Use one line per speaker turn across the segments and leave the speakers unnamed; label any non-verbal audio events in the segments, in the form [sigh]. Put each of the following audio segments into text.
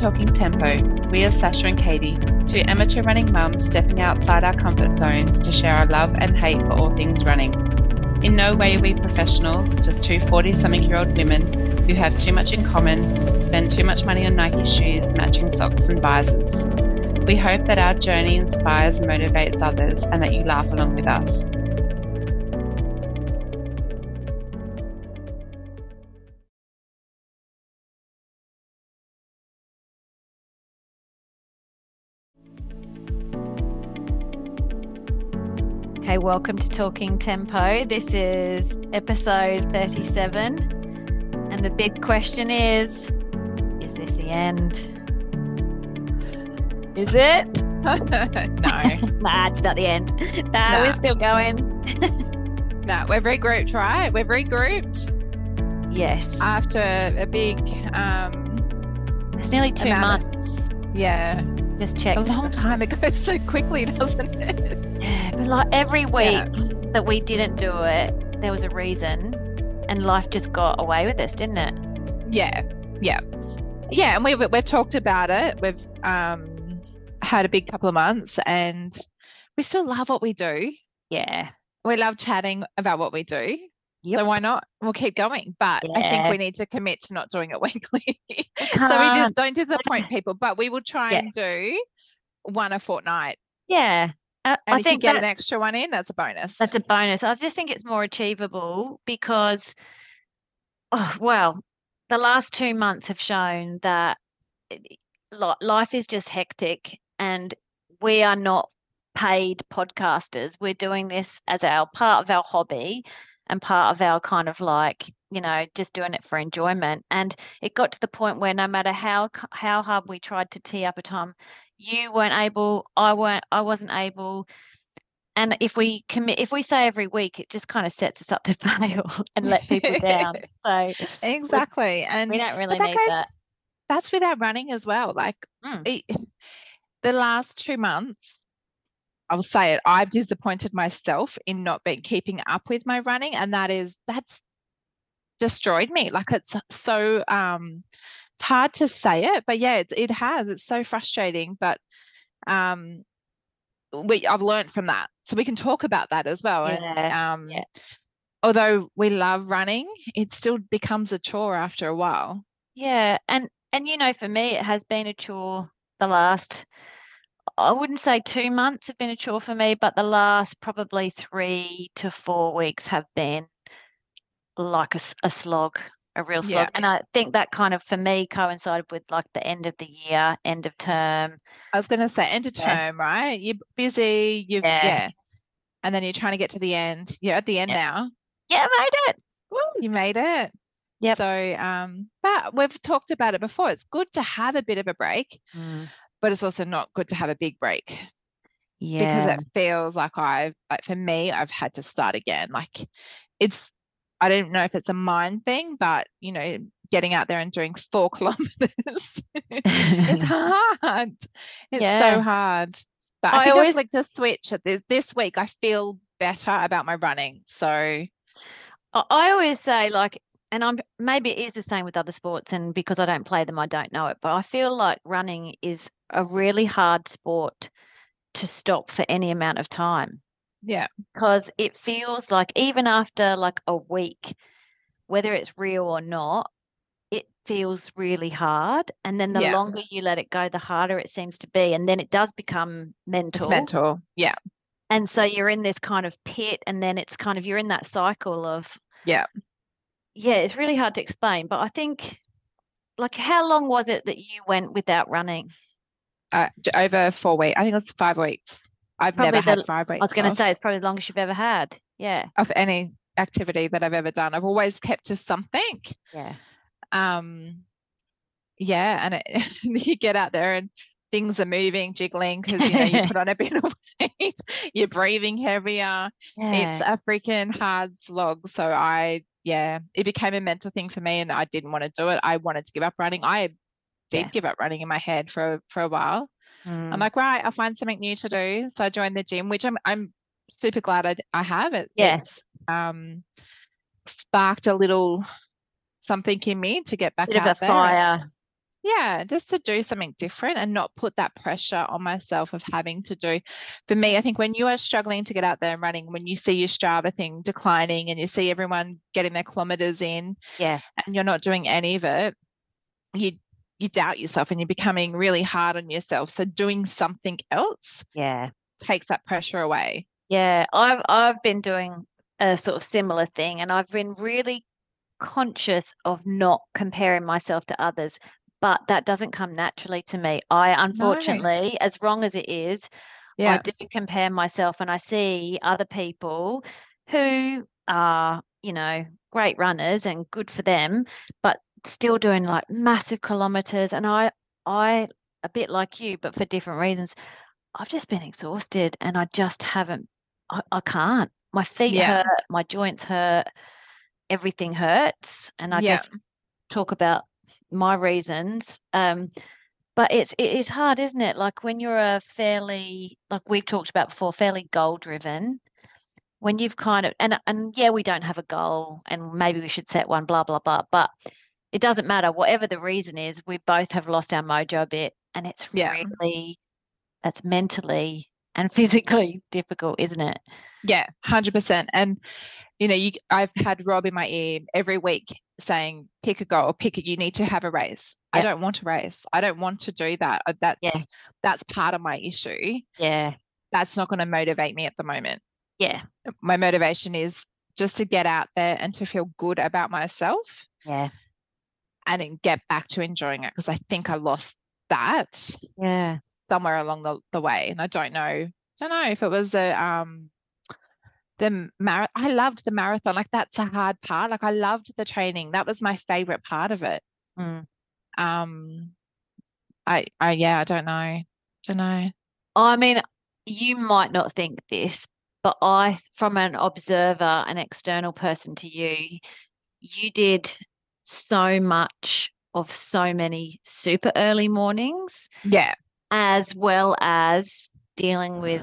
Talking Tempo, we are Sasha and Katie, two amateur running mums stepping outside our comfort zones to share our love and hate for all things running. In no way are we professionals, just two 40 something year old women who have too much in common, spend too much money on Nike shoes, matching socks, and visors. We hope that our journey inspires and motivates others and that you laugh along with us.
Okay, welcome to Talking Tempo. This is episode 37. And the big question is Is this the end? Is
[laughs]
it?
no,
Nah, it's not the end. [laughs] Nah,
Nah.
we're still going.
no, we're regrouped, right? We're regrouped
Yes.
after a big, um, [laughs]
it's nearly two
about
months.
yeah,
Just
it's
check.
a long time. It goes so quickly, doesn't it?
Yeah, but like every week
Yeah.
that we didn't do it, there was a reason. And life just got away with us, didn't it?
Yeah, yeah, yeah. And we've we've talked about it. We've um, had a big couple of months, and we still love what we do.
Yeah.
We love chatting about what we do.
Yep.
So why not? We'll keep going. But I think
Yeah.
we need to commit to not doing it [laughs] weekly. so we
Can't.
just don't disappoint people. But we will try
Yeah.
and do one a fortnight.
Yeah. I,
And
I
if
think
you get
that,
an extra one in, that's a bonus.
That's a bonus. I just think it's more achievable because, oh, well, the last two months have shown that it- li- life is just hectic and we are not paid podcasters. We're doing this as our part of our hobby and part of our kind of like, you know, just doing it for enjoyment. And it got to the point where no matter how c- how hard we tried to tee up a time, you weren't able, I weren't, I wasn't able, and if we commit, if we say every week, it just kind of sets us up to [laughs] fail and let people
[laughs]
down. So
exactly. And
we don't really
that
need
goes-
that.
that's without running as well. Like
Mm.
it- [laughs] the last two months, I'll say it, I've disappointed myself in not being keeping up with my running, and that is that's destroyed me. Like it's so um, it's hard to say it, but yeah, it, it has. It's so frustrating, but um, we I've learned from that, so we can talk about that as well. and
Yeah.
um,
Yeah.
although we love running, it still becomes a chore after a while.
Yeah, and and you know, for me, it has been a chore the last, I wouldn't say two months have been a chore for me, but the last probably three to four weeks have been like a, s- a slog, a real
Yeah.
slog. And I think that kind of for me coincided with like the end of the year, end of term.
I was going to say end of
Yeah.
term, right? You're busy, you've, yeah.
Yeah.
And then you're trying to get to the end. You're at the end
Yeah.
now.
Yeah, I made it.
You made it.
Yep.
So, um, but we've talked about it before. It's good to have a bit of a break,
Mm,
but it's also not good to have a big break
Yeah.
because it feels like I've, like for me, I've had to start again. Like it's, I don't know if it's a mind thing, but you know, getting out there and doing four [laughs]
[laughs]
kilometers [laughs] it's hard. It's so
Yeah.
hard. But I,
I
think always
always-
like to switch at this this week. I feel better about my running. So
I I always say like, and I'm maybe it is the same with other sports, and because I don't play them, I don't know it. But I feel like running is a really hard sport to stop for any amount of time
yeah,
because it feels like even after like a week, whether it's real or not, it feels really hard. And then the
Yeah.
longer you let it go, the harder it seems to be. And then it does become
it's mental. Yeah,
and so you're in this kind of pit and then it's kind of you're in that cycle of
Yeah.
yeah it's really hard to explain but i think like how long was it that you went without running
uh, j- over four weeks. I think it's five weeks. I've never
Probably the
had
l-
five weeks.
i was going
off
to say it's probably the longest you've ever had yeah
of any activity that I've ever done. I've always kept to something.
yeah
Um, yeah, and it, [laughs] you get out there and things are moving, jiggling because you know
[laughs]
you put on a bit of [laughs] weight. You're breathing heavier. it's
yeah
a freaking hard slog. So I, yeah, it became a mental thing for me, and I didn't want to do it. I wanted to give up running. I did
Yeah.
give up running in my head for for a while.
Hmm.
I'm like, right, I'll find something new to do. So I joined the gym, which I'm I'm super glad I, I have. It,
yes
it, um, sparked a little something in me to get back
bit of
out
a
there.
fire
Yeah, just to do something different and not put that pressure on myself of having to do. For me, I think when you are struggling to get out there and running, when you see your Strava thing declining and you see everyone getting their kilometers in
Yeah.
and you're not doing any of it, you you doubt yourself and you're becoming really hard on yourself. So doing something else
Yeah.
takes that pressure away.
Yeah, I've I've been doing a sort of similar thing, and I've been really conscious of not comparing myself to others, but that doesn't come naturally to me. I unfortunately, as wrong as it is, I
Yeah.
do compare myself and I see other people who are, you know, great runners and good for them, but still doing like massive kilometers. And I, I, a bit like you, but for different reasons, I've just been exhausted and I just haven't, I, I can't. My feet
Yeah.
hurt, my joints hurt, everything hurts. And I
Yeah.
guess talk about my reasons. Um, but it's it is hard, isn't it? Like when you're a fairly like we've talked about before, fairly goal driven. When you've kind of and and yeah, we don't have a goal, and maybe we should set one, blah blah blah. But it doesn't matter. Whatever the reason is, we both have lost our mojo a bit, and it's
Yeah.
really that's mentally and [laughs] physically difficult, isn't it?
Yeah, hundred percent. And you know, you I've had Rob in my ear every week saying, "Pick a goal, pick it. You need to have a race." I
Yep.
don't want to race. I don't want to do that. Uh, That's
Yeah.
that's part of my issue.
Yeah,
That's not going to motivate me at the moment.
yeah,
My motivation is just to get out there and to feel good about myself
yeah,
and then get back to enjoying it because I think I lost that
yeah,
somewhere along the, the way. And I don't know, don't know if it was a um the marathon. I loved the marathon. Like that's a hard part. Like I loved the training. That was my favorite part of it.
mm.
Um, I, I yeah, I don't know, don't know.
I mean, you might not think this, but I, from an observer, an external person to you, you did so much of so many super early mornings,
Yeah,
as well as dealing with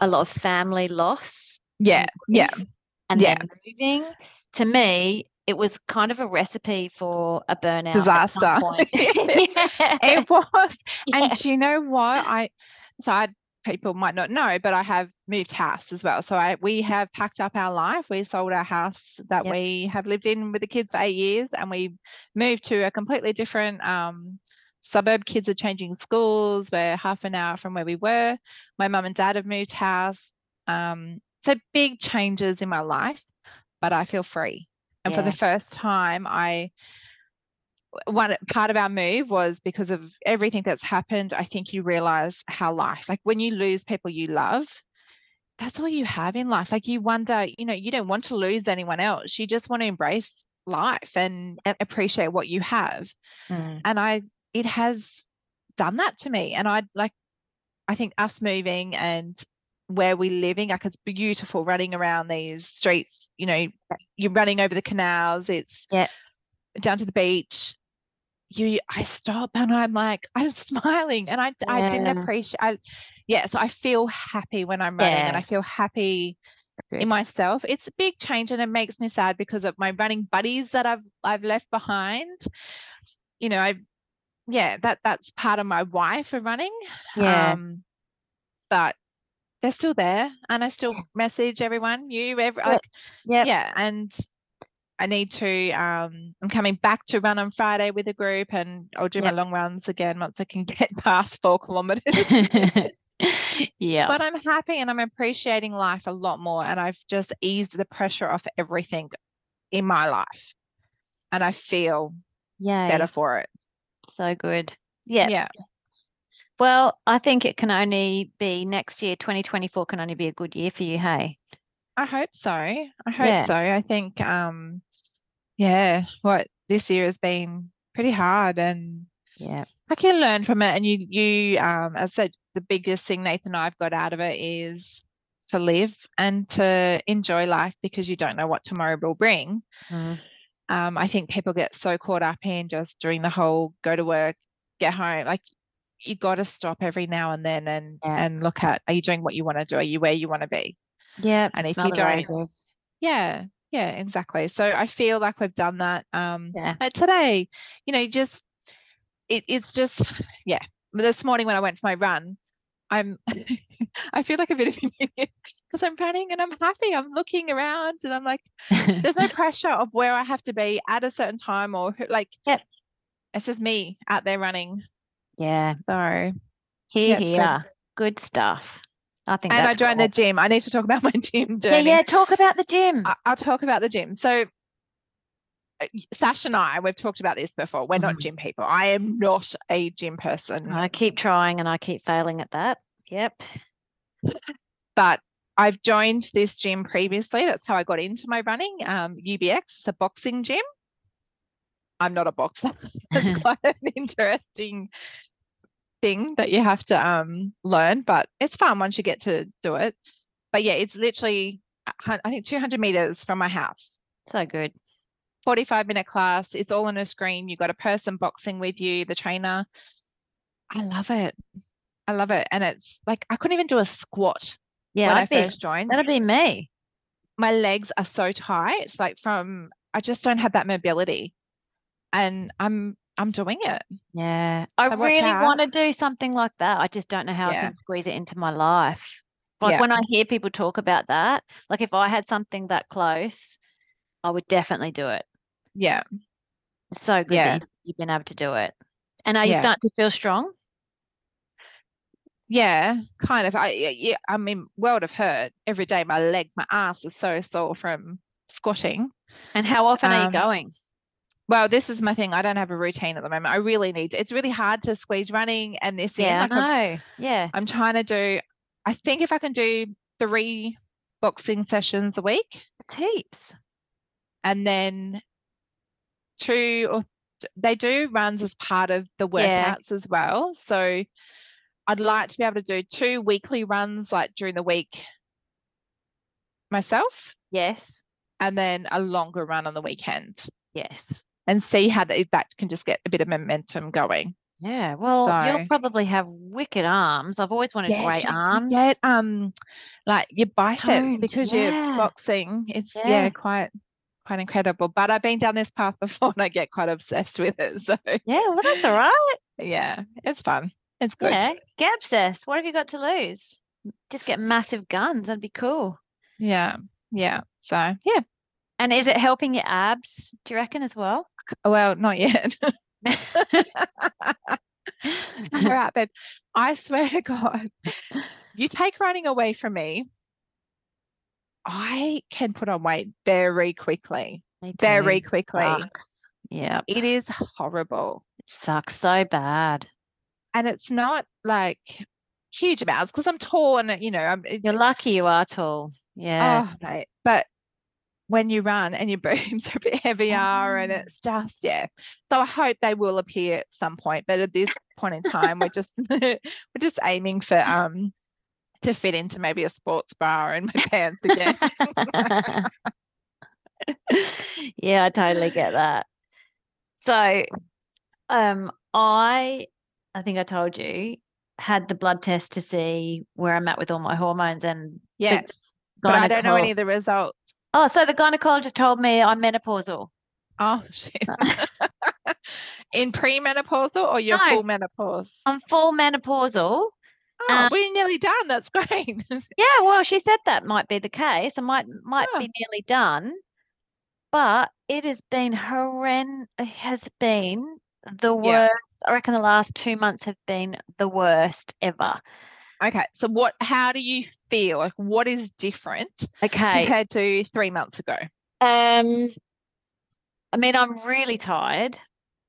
a lot of family loss
yeah, yeah,
grief and
yeah.
then moving. To me, it was kind of a recipe for a burnout at some
Disaster. [laughs]
point. [laughs] Yeah,
it was.
[laughs] yeah.
And do you know what? I so I people might not know, but I have moved house as well. So I we have packed up our life. We sold our house that
Yep.
we have lived in with the kids for eight years and we moved to a completely different um suburb. Kids are changing schools. We're half an hour from where we were. My mum and dad have moved house. Um so big changes in my life, but I feel free. And for
Yeah.
the first time I one part of our move was because of everything that's happened. I think you realize how life, like when you lose people you love, that's all you have in life. Like you wonder, you know, you don't want to lose anyone else. You just want to embrace life and
Yep.
appreciate what you have.
Mm,
And I, it has done that to me. And I like, I think us moving and where we're living, like it's beautiful running around these streets, you know, you're running over the canals, it's
Yeah.
down to the beach you I stop and I'm like I'm [laughs] smiling and I I didn't
Yeah.
appreciate I yeah so I feel happy when I'm running and
Yeah.
I feel happy
good.
in myself it's a big change and it makes me sad because of my running buddies that I've I've left behind you know I yeah that that's part of my why for running
Yeah.
um but they're still there and I still message everyone you every
Good.
like
Yep.
yeah and I need to um I'm coming back to run on Friday with a group and I'll do my
Yep.
long runs again once I can [laughs] get past four kilometers.
[laughs] yeah.
but I'm happy and I'm appreciating life a lot more and I've just eased the pressure off everything in my life and I feel
Yeah.
better for it.
So good. Yeah.
Yeah.
Well, I think it can only be next year, 2024 can only be a good year for you. Hey.
I hope so. I hope
Yeah.
so. I think um yeah, what this year has been pretty hard and
Yeah.
I can learn from it. And you, you, um, as I said, the biggest thing Nathan and I've got out of it is to live and to enjoy life because you don't know what tomorrow will bring.
Mm.
Um, I think people get so caught up in just doing the whole go to work, get home. Like you got to stop every now and then and
Yeah.
and look at are you doing what you want to do? Are you where you want to be?
Yeah.
And if
smell
you
the
don't, [laughs]
roses. [laughs]
yeah, yeah, exactly. So I feel like we've done that. Um,
Yeah.
like today, you know, just it, it's just [sighs] yeah. This morning when I went for my run, I'm [laughs] I feel like a bit of an [laughs] idiot because I'm running and I'm happy. I'm looking around and I'm like,
[laughs]
there's no pressure of where I have to be at a certain time or who- like
Yep.
it's just me out there running.
yeah.
So and
Here,
it's good.
here. Good stuff. I think
I
that's
joined
cool.
the gym. I need to talk about [laughs] my gym
Yeah,
journey.
yeah. Talk about the gym.
I- I'll talk about the gym. So uh, Sash and I, we've talked about this before. We're not
Mhm.
gym people. I am not a gym person.
I keep trying and I keep failing at that. Yep.
but I've joined this gym previously. That's how I got into my running. Um, UBX, it's a boxing gym. I'm not a boxer. [laughs] It's quite an interesting thing that you have to um, learn, but it's fun once you get to do it. But yeah, it's literally, a hun- I think, 200 meters from my house.
so good.
45 minute class. It's all on a screen. You've got a person boxing with you, the trainer. I love it. I love it. And it's like, I couldn't even do a squat
Yeah,
when
I
I
think
first joined
that'll be me.
my legs are so tight like from i just don't have that mobility and i'm i'm doing it
Yeah, I
So watch
really
out.
want to do something like that. I just don't know how I
Yeah.
can squeeze it into my life. Like
Yeah.
when I hear people talk about that, like if I had something that close, I would definitely do it.
yeah
It's so good
Yeah.
that you- you've been able to do it. And are you
Yeah.
starting to feel strong?
yeah kind of i yeah, yeah i mean world of hurt every day my legs my ass is so sore from squatting
And how often are you
Um,
going?
well this is my thing i don't have a routine at the moment i really need to, it's really hard to squeeze running and this
Yeah,
in like I'm,
I know. Yeah.
I'm trying to do i think if i can do three boxing sessions a week
It's heaps.
and then two or th- they do runs as part of the
Yeah.
workouts as well. So I'd like to be able to do two weekly runs like during the week myself
Yes.
and then a longer run on the weekend
Yes.
and see how that, that can just get a bit of momentum going.
Yeah. Well,
So-
you'll probably have wicked arms. I've always wanted
Yes,
great
you-
arms.
Yeah, um like your biceps
Toned,
because
yeah.
you're boxing, it's yeah.
Yeah.
quite quite incredible. But I've been down this path before and I get quite obsessed with it. [laughs] So
Yeah. Well, that's all right.
yeah, it's fun. It's good.
Yeah. Get obsessed. What have you got to lose? Just get massive guns. That'd be cool.
Yeah. Yeah. So yeah.
And is it helping your abs? Do you reckon as well?
[laughs] Well, not yet. [laughs] All right, babe. I swear to God, you take running away from me. I can put on weight very quickly.
Me
Very
too.
quickly.
Sucks. Yeah.
It is horrible.
It sucks so bad.
And it's not like huge amounts because I'm tall and you know, I'm it-
You're lucky you are tall. Yeah.
oh mate. But when you run and your [laughs] booms are a bit heavier and
Oh.
it's just yeah. So I hope they will appear at some point, but at this point in time, we're just [laughs] we're just aiming for um to fit into maybe a sports bra and my [laughs] pants again.
[laughs]
Oh.
yeah, I totally get that. So, um, I, I think I told you, had the blood test to see where I'm at with all my hormones and the
yes, but I don't know
gyneco-
any of the results.
Oh, so the gynecologist told me I'm menopausal.
Oh [laughs] shit! In premenopausal or your
Uh. No. Um,
full menopause?
I'm full menopausal.
Oh,
uh,
we're nearly done. That's great.
Yeah, well, she said that might be the case. I might might
Yeah.
be nearly done, but it has been horrend. It has been the
Yeah.
worst. I reckon the last two months have been the worst ever.
okay, so what? How do you feel? Like, what is different
Okay.
compared to three months ago?
Um, I mean, I'm really tired,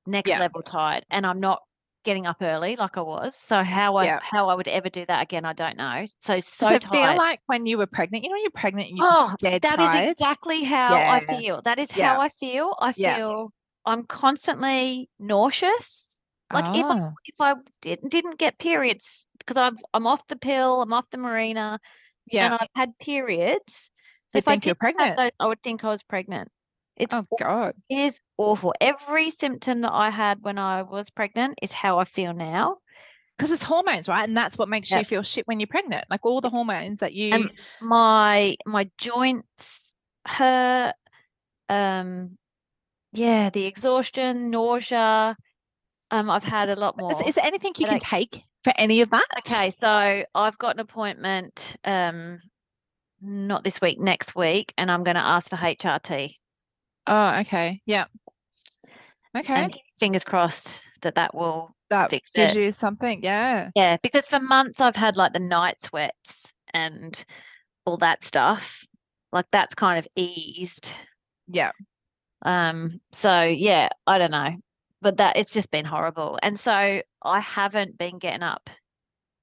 next
Yeah.
level tired, and I'm not getting up early like I was. So how I
Yeah.
how I would ever do that again, I don't know. So so
Does it
tired.
feel like when you were pregnant? You know, when you're pregnant and you're
Oh,
just dead
That is
tired.
exactly how I
Yeah.
feel. That is
Yeah.
how I feel. I
Yeah.
feel I'm constantly nauseous. Like if I
Oh,
if I didn't didn't get periods because I've I'm off the pill, I'm off the marina, and
yeah.
I've had periods. So
You
if I
think you're
didn't have
pregnant.
those, I would think I was pregnant. It's
Oh
aw-
God.
it is awful. Every symptom that I had when I was pregnant is how I feel now.
Because it's hormones, right? And that's what makes you
Yep.
feel shit when you're pregnant. Like all the
Yes.
hormones that you.
Um, my my joints hurt um yeah the exhaustion nausea Um, I've had a lot more.
Is, is there anything you
I
can
don't-
take for any of that?
Okay, so I've got an appointment um not this week, next week, and I'm going to ask for HRT.
Oh, okay. Yeah. Okay.
And fingers crossed that that will
that
fix
gives
it.
you something. Yeah.
Yeah, because for months I've had like the night sweats and all that stuff. Like that's kind of eased.
Yeah.
Um, so yeah, I don't know. But that it's just been horrible. And so I haven't been getting up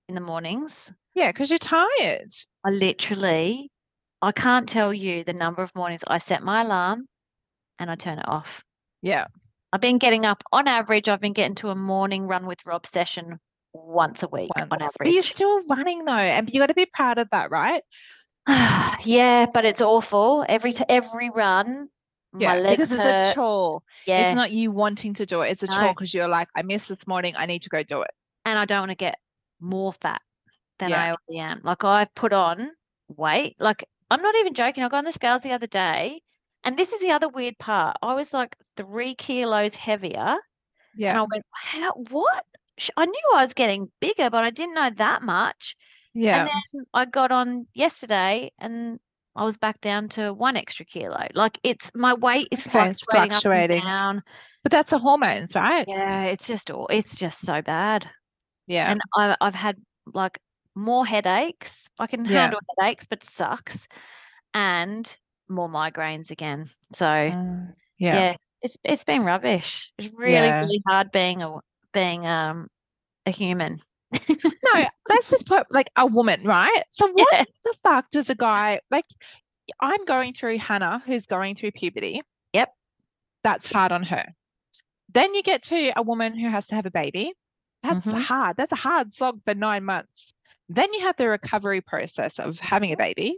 in the mornings.
Yeah. Because you're tired.
I literally I can't tell you the number of mornings I set my alarm and I turn it off.
Yeah.
I've been getting up on average, I've been getting to a morning run with Rob session once a week on
Once.
average.
But you're still running though, and you got to be proud of that, right?
[sighs] yeah, but it's awful. Every t- every run, my
Yeah,
legs
because it's
hurt.
a chore.
yeah,
It's not you wanting to do it. It's a
No.
chore because you're like, I missed this morning. I need to go do it.
and I don't want to get more fat than
Yeah.
I already am. Like I've put on weight. Like I'm not even joking. I got on the scales the other day, and this is the other weird part. I was like three kilos heavier, and
Yeah.
I went, "How? What?" Sh- I knew I was getting bigger, but I didn't know that much.
Yeah.
And then I got on yesterday and I was back down to one extra kilo. Like it's my weight is
Okay, it's
fluctuating,
fluctuating.
up and down.
But that's the hormones, right?
Yeah, it's just all it's just so bad.
Yeah.
And I I've had like more headaches. I can
Yeah.
handle headaches, but it sucks. And more migraines again. So
Mm,
yeah.
yeah.
it's it's been rubbish. It's really,
Yeah.
really hard being a being um a human.
No, let's just put like a woman, right? So what
[laughs] Yeah.
the fuck does a guy like? I'm going through Hannah, who's going through puberty.
Yep.
That's hard on her. Then you get to a woman who has to have a baby. That's
Mhm.
hard. That's a hard slog for nine months. Then you have the recovery process of having a baby.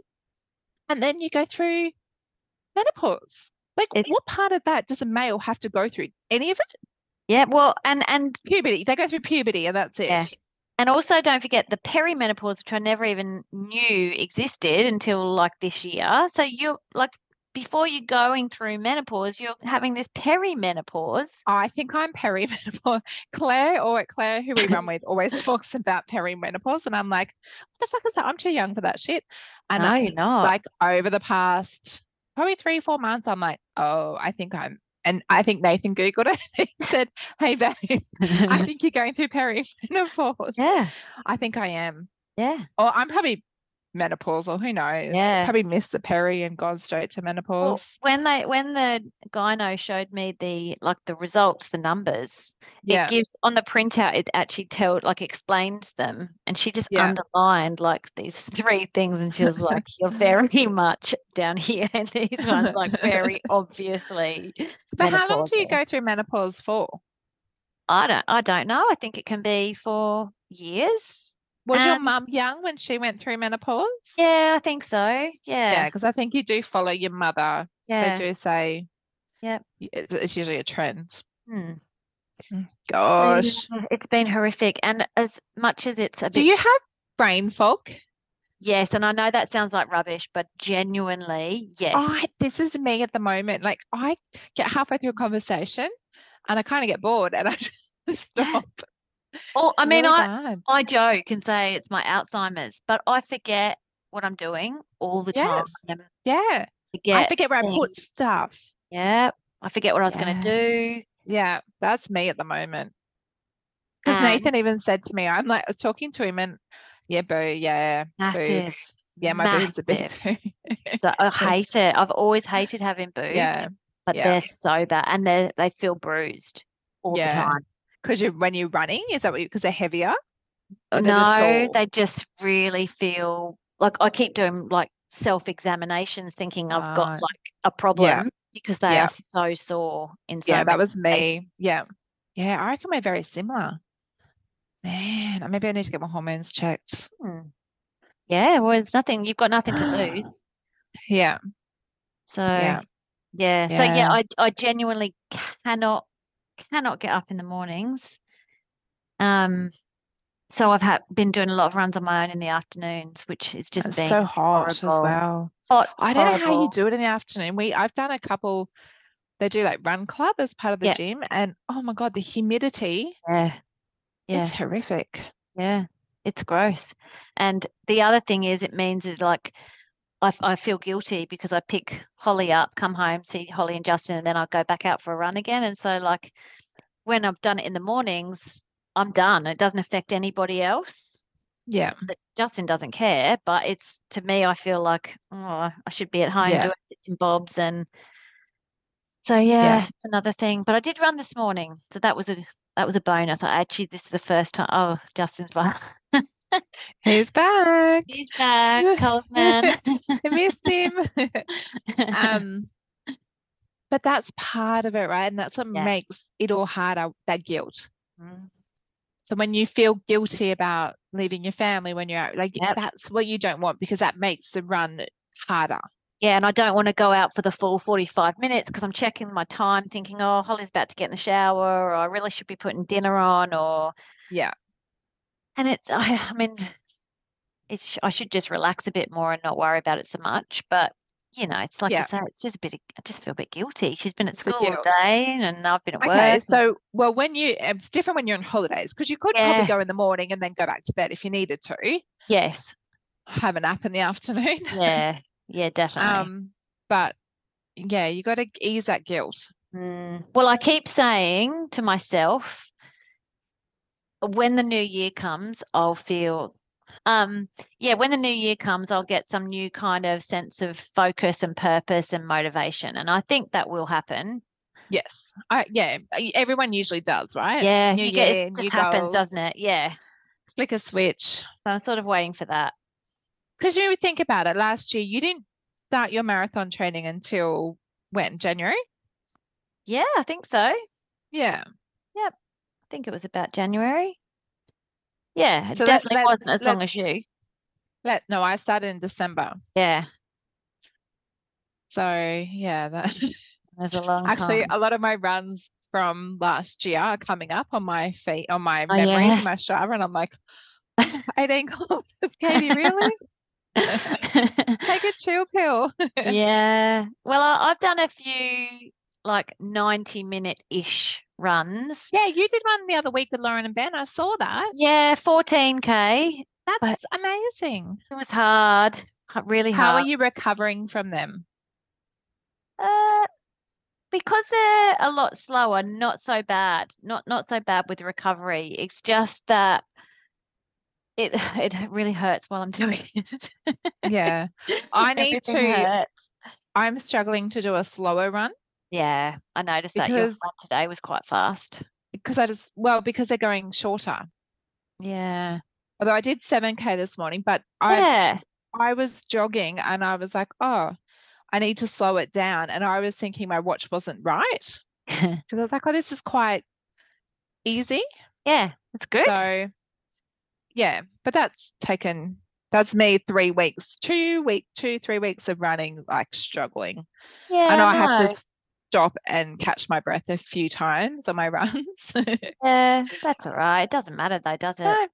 And then you go through menopause. Like,
It-
what part of that does a male have to go through? Any of it?
Yeah, well and and
Puberty. They go through puberty and that's it.
Yeah. And also, don't forget the perimenopause, which I never even knew existed until like this year. So you're like, before you're going through menopause, you're having this perimenopause.
I think I'm perimenopause. [laughs] Claire or Claire, who we
[laughs]
run with, always talks about perimenopause, and I'm like, what the fuck is that? I'm too young for that shit. And
no,
I,
you're not. [laughs]
like over the past probably three, four months, I'm like, oh, I think I'm. And I think Nathan googled it. [laughs] He said, "Hey babe,
[laughs]
I think you're going through perimenopause.
yeah,
I think I am.
yeah.
Or I'm probably menopausal. Who knows?
Yeah.
Probably missed the peri and gone straight to
Well,
menopause.
when they when the gyno showed me the like the results, the numbers,
yeah.
it gives on the printout. It actually tell like explains them, and she just
Yeah.
underlined like these [laughs] three things, and she was
[laughs]
like, "You're very much down here," [laughs] and these ones like
[laughs]
very obviously.
but how long do you
menopausal.
go through menopause for?
I don't I don't know. I think it can be for years.
Was your
Um,
mum young when she went through menopause?
Yeah, I think so.
Yeah,
Yeah.
because I think you do follow your mother.
Yeah.
They do say,
Yep.
y- it's, it's usually a trend.
Hmm.
Oh,
So, yeah,
Gosh.
It's been horrific. And as much as it's a
Do
bit
you have brain fog?
yes, and I know that sounds like rubbish, but genuinely, yes.
I this is me at the moment. Like I get halfway through a conversation, and I kind of get bored, and [laughs] I just stop.
or I
It's
mean
really
I,
bad.
I joke and say it's my Alzheimer's, but I forget what I'm doing all the time. I
yeah. I
forget
forget where I put
things.
stuff.
yeah. I forget what I was
Yeah.
gonna do.
Yeah, that's me at the moment. Because Nathan even said to me, I'm like, I was talking to him, and yeah, boo, yeah,
Massive.
yeah, my boob's a bit
massive.
too. [laughs]
So I hate it. I've always hated having boobs,
yeah.
but
yeah.
they're so bad and they they feel bruised all
Yeah.
the time.
because you when you're running is that because they're heavier Or Oh, they're just
no,
sore?
they just really feel like I keep doing like self examinations, thinking I've got
Right.
like a problem because they
Yeah.
are so sore in so
yeah that
many
was me yeah yeah i reckon we're very similar man maybe i need to get my hormones checked
Hmm. Yeah, well, it's nothing. You've got
[gasps]
nothing to lose.
yeah
So
yeah
yeah, so yeah,
Yeah.
I I genuinely cannot cannot get up in the mornings. Um, so I've had been doing a lot of runs on my own in the afternoons, which is just
it's
been
so hot as
horrible.
well
hot.
i don't know how
horrible.
you do it in the afternoon we i've done a couple they do like run club as part of the
Yeah.
gym and oh my god the humidity
Yeah. Yeah.
it's horrific
Yeah, it's gross. And the other thing is, it means is like I, f- I feel guilty because I pick Holly up, come home, see Holly and Justin, and then I go back out for a run again. And so, like, when I've done it in the mornings, I'm done. It doesn't affect anybody else.
yeah
But Justin doesn't care, but it's to me, I feel like oh, I should be at home
Yeah.
doing bits and bobs. And so, yeah, it's another thing. But I did run this morning, so that was a that was a bonus. I actually this is the first time. Oh, Justin's back.
he's back
He's back, Coles
[laughs]
man.
i missed him
[laughs]
um but that's part of it right and that's what
Yeah.
makes it all harder that guilt
Mm,
so when you feel guilty about leaving your family when you're out like
Yep.
that's what you don't want because that makes the run harder
yeah, and I don't want to go out for the full 45 minutes because I'm checking my time, thinking, oh, Holly's about to get in the shower, or I really should be putting dinner on, or.
Yeah.
And it's, I, I mean, it's, sh- I should just relax a bit more and not worry about it so much. But, you know, it's like I
Yeah.
say, it's just a bit, of- I just feel a bit guilty. She's been at
the
school all
guilt.
day and I've been at work.
Okay,
and-
so well, when you it's different when you're on holidays because you could
Yeah.
probably go in the morning and then go back to bed if you needed to,
yes.
have a nap in the afternoon.
Yeah.
[laughs]
Yeah, definitely.
um, but yeah, you got to ease that guilt.
Mm. Well, I keep saying to myself, when the new year comes, I'll feel, um, yeah, when the new year comes, I'll get some new kind of sense of focus and purpose and motivation. And I think that will happen.
Yes, I, yeah, e- everyone usually does, right?
Yeah,
new
you get
year,
it just
new
happens,
goals.
doesn't it? Yeah.
Flick a switch
So I'm sort of waiting for that.
because you would think about it. Last year, you didn't start your marathon training until when January?
Yeah, I think so. I
Yeah,
think it was about January. Yeah, it
So let-
definitely
let-
wasn't as long
let's-
as you.
let no, I started in December,
Yeah,
so yeah, that. [laughs]
it was a long
actually
time.
a lot of my runs from last year are coming up on my feet on my
Oh,
memory
yeah.
my strava and
[laughs]
i'm like [laughs] 18 kilometers [laughs] katie really
[laughs]
take a chill pill
yeah. Well, I, I've done a few like 90 minute ish runs.
yeah you did one the other week with lauren and ben i saw that
Yeah, 14K.
that's amazing
It was hard, h- really
how
hard.
are you recovering from them
Uh, because they're a lot slower, not so bad. Not not so bad with recovery. It's just that it [sighs] it really hurts while I'm [laughs] doing it. [laughs]
yeah I need
Everything
to-
hurts.
i'm struggling to do a slower run
Yeah, I noticed that your
Because-
run today was quite fast.
because i just well because they're going shorter
Yeah.
although i did 7k this morning but i
Yeah. [laughs]
I was jogging and I was like, oh, I need to slow it down. And I was thinking my watch wasn't right because I was like, oh, this is quite easy.
yeah, it's good.
So, yeah, but that's taken, that's me three weeks, two week, two, three weeks of running, like struggling.
Yeah,
I know I have
know.
to stop and catch my breath a few times on my [laughs] runs.
Yeah, that's all right. It doesn't matter though, does it?
No,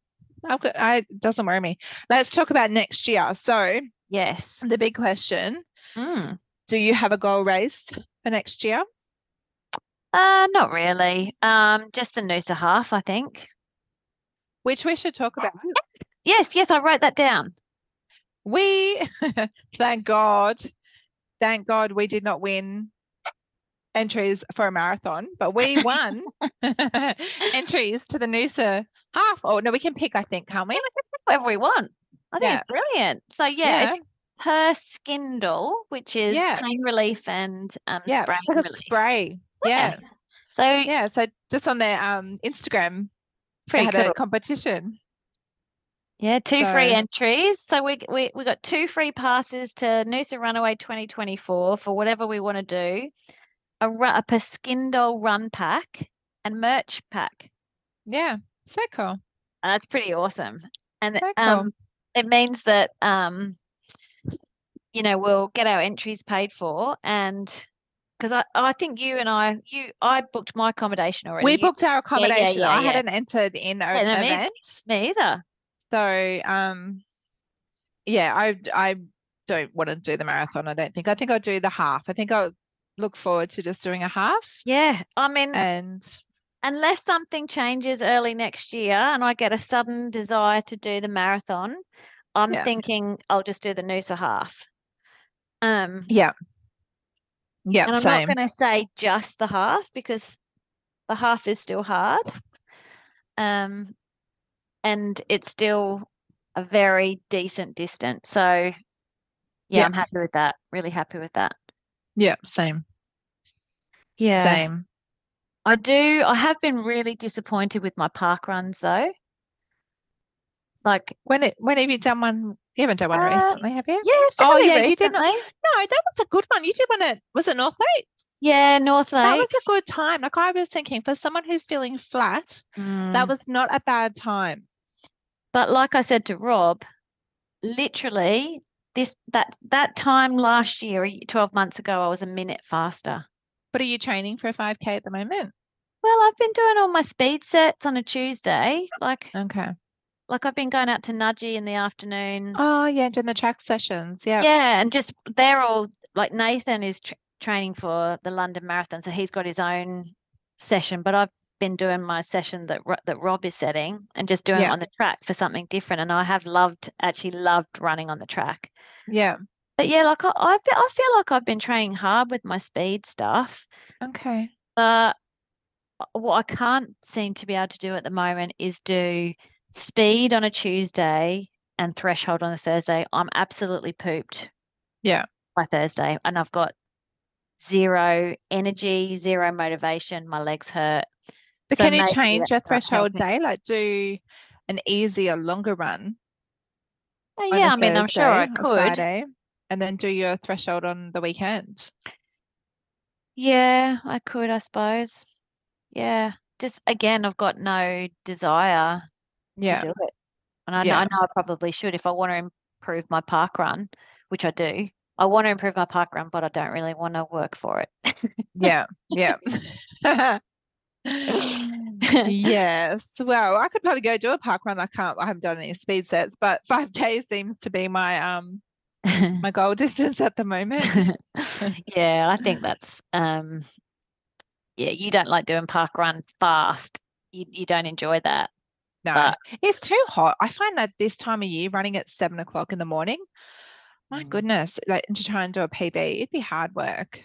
I've got, I, it doesn't worry me. Let's talk about next year. So,
Yes.
the big question Mm-hmm.
Mm.
do you have a goal race for next year?
Uh, not really. Um, just the Noosa half, I think.
which we should talk about.
Oh. Yes, yes, I wrote that down.
We, [laughs] thank God, thank God we did not win entries for a marathon, but
[laughs]
we won entries to the Noosa half. Oh, no, we can pick, I think, can't we?
Whatever we want. I think it's brilliant. So yeah, it's per skindle, which is
Yeah.
pain relief and um
Yeah.
sprain
It's like a
relief.
spray.
Yeah.
Yeah.
So
yeah. So just on their um, Instagram, they
pretty
had
cool.
a competition.
Yeah, two free
So-
entries. So we g- we we got two free passes to Noosa Runaway 2024 for whatever we want to do, a, ru- a Paskindle run pack and merch pack.
Yeah. So cool.
And that's pretty awesome. And
So cool.
um, it means that um, you know we'll get our entries paid for and because I, I think you and I you I booked my accommodation already.
we
you
booked our
yeah,
accommodation. I
yeah.
hadn't entered in an
Yeah, no, me-
event.
me either.
So um yeah, I I don't want to do the marathon, I don't think. I think I'll do the half. I think I'll look forward to just doing a half.
Yeah. I mean,
Mm. And
unless something changes early next year and I get a sudden desire to do the marathon, I'm
Yeah.
thinking I'll just do the Noosa half. Um,
yeah. Yeah,
and I'm
same.
not going to say just the half because the half is still hard. Um, and it's still a very decent distance. So, yeah,
Yeah.
I'm happy with that. Really happy with that.
Yeah, same.
Yeah.
Same.
I do. I have been really disappointed with my park runs though. Like,
When it when have you done one? You haven't done one
Uh,
recently, have you?
yeah,
Oh,
fairly
yeah, you did not-
recently.
No, that was a good one. You did one at was it North Lakes?
Yeah, North Lakes.
That was a good time. Like I was thinking, for someone who's feeling flat, that
Mm.
was not a bad time.
But like I said to Rob, literally this that that time last year, a y- 12 months ago, I was a minute faster.
But are you training for a five k at the moment?
Well, I've been doing all my speed sets on a Tuesday. Like
Okay.
like I've been going out to Nudgy in the afternoons.
Oh yeah, doing the track sessions. Yeah.
Yeah, and just they're all like Nathan is tr training for the London Marathon, so he's got his own session. But I've been doing my session that Ro- that Rob is setting, and just doing it
Yeah.
on the track for something different. And I have loved, actually loved running on the track.
Yeah.
But yeah, like I I, fe- I feel like I've been training hard with my speed stuff,
Okay.
but uh, what I can't seem to be able to do at the moment is do speed on a Tuesday and threshold on a Thursday. I'm absolutely pooped
Yeah.
by Thursday, and I've got zero energy, zero motivation. My legs hurt.
But
So
can you
maybe
change
that's
your
not
threshold
helping.
day? Like do an easier, longer run.
Oh,
on a
yeah, I mean, I'm sure I
Thursday
could.
or Friday, and then do your threshold on the weekend.
Yeah, I could, I suppose. Yeah, just again, I've got no desire
Yeah.
to do [laughs] it, and I know,
Yeah.
I know I probably should if I want to improve my park run, which I do. I want to improve my park run, but I don't really want to work for [gasps] it. [laughs]
Yeah, yeah. yes. Well, I could probably go do a park run. I can't. I haven't done any speed sets, but five k seems to be my um my goal [laughs] distance at the moment.
[laughs] Yeah, I think that's um yeah, you don't like doing park run fast. You you don't enjoy that.
No,
But-
it's too hot. I find that this time of year, running at seven o'clock in the morning, my
Mm.
goodness, like to try and do a PB, it'd be hard work.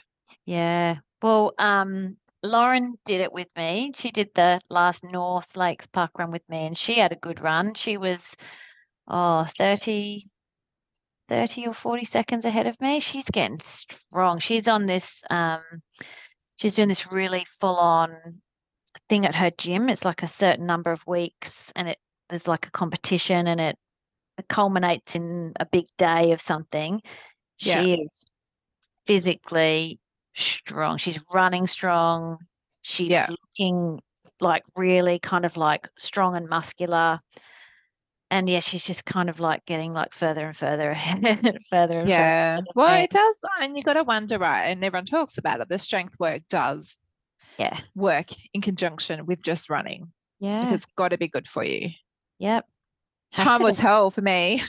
Yeah. Well, um Lauren did it with me. She did the last North Lakes park run with me and she had a good run. She was oh 30 30 or 40 seconds ahead of me. She's getting strong. She's on this um she's doing this really full on thing at her gym. It's like a certain number of weeks, and it there's like a competition, and it culminates in a big day of something.
Yeah.
She is physically strong. She's running strong. She's
Yeah.
looking like really kind of like strong and muscular. And yeah, she's just kind of like getting like further and further [laughs] ahead, further and further.
Yeah. Well,
thing.
it does, and you got to wonder, right? And everyone talks about it. The strength work does
Yeah.
work in conjunction with just running. Like,
Yeah.
It's got to be good for you.
Yep. Has
Time
to
will
be.
tell for me.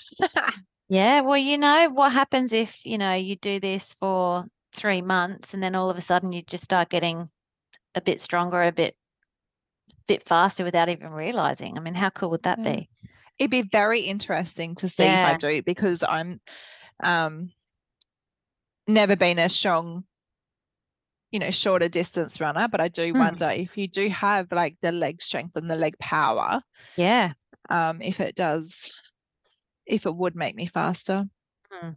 Yeah, well, you know what happens if, you know, you do this for three months and then all of a sudden you just start getting a bit stronger, a bit bit faster without even realizing. I mean, how cool would that
Yeah.
be?
It'd be very interesting to see if I
Yeah.
do because I'm um never been a strong, you know, shorter distance runner, but I do
Hmm.
wonder if you do have like the leg strength and the leg power,
Yeah.
um, if it does if it would make me faster.
Hmm.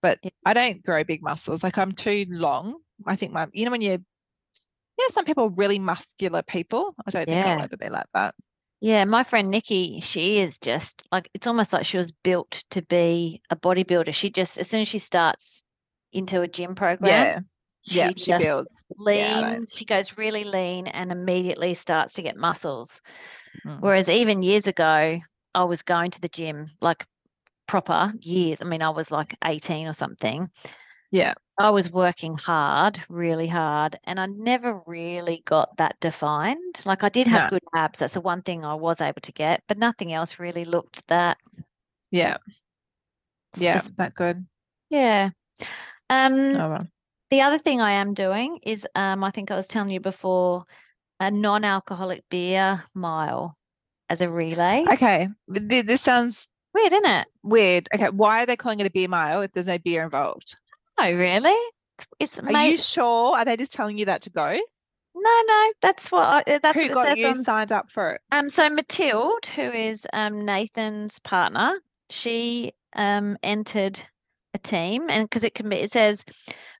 But
Yeah.
I don't grow big muscles. Like I'm too long. I think my you know when you you know, some people are really muscular people. I don't think I'll
Yeah.
ever be like that.
Yeah, my friend Nikki, she is just like it's almost like she was built to be a bodybuilder. She just as soon as she starts into a gym program,
Yeah. Yeah.
she
She
just
builds. Yeah, I don't-
leans, she goes really lean and immediately starts to get muscles.
Mm.
Whereas even years ago, I was going to the gym like proper years. I mean, I was like 18 or something.
Yeah.
I was working hard, really hard, and I never really got that defined. Like I did have
No.
good abs. That's the one thing I was able to get, but nothing else really looked that
Yeah. Yeah.
spec-
That good.
yeah. Um
Oh, well.
the other thing I am doing is, um, I think I was telling you before, a non-alcoholic beer mile as a relay.
Okay. Th- This sounds
Weird, isn't it?
weird. Okay. Why are they calling it a beer mile if there's no beer involved?
Oh, really? It's, it's
Are
made-
you sure? Are they just telling you that to go?
No, no, that's what I, uh, that's
Who
what it
got
says
you
on.
signed up for it?
Um, so Matilde, who is um Nathan's partner, she um entered a team, and because it can be, it says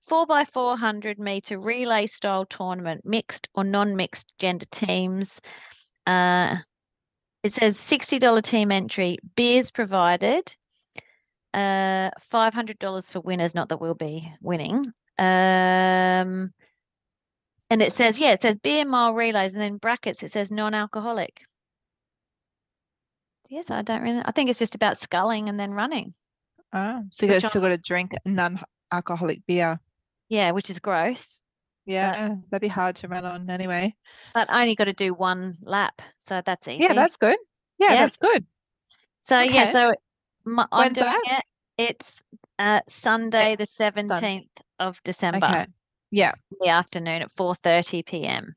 four by four hundred meter relay style tournament, mixed or non-mixed gender teams. Uh, it says sixty dollar team entry, beers provided. Uh, five hundred dollars for winners. Not that we'll be winning. Um and it says yeah it says beer mile relays and then brackets it says non-alcoholic yes i don't really i think it's just about sculling and then running
Oh, so
Which
you guys
I-
still got to drink non-alcoholic beer.
yeah which is gross
Yeah, that'd be hard to run on anyway.
but i only got to do one lap so that's easy
Yeah, that's good. Yeah,
Yeah.
that's good.
so yeah
okay.
so my, i'm
When's
doing
that?
it it's uh sunday the 17th of december
Okay. Yeah,
in the afternoon at 4.30 p.m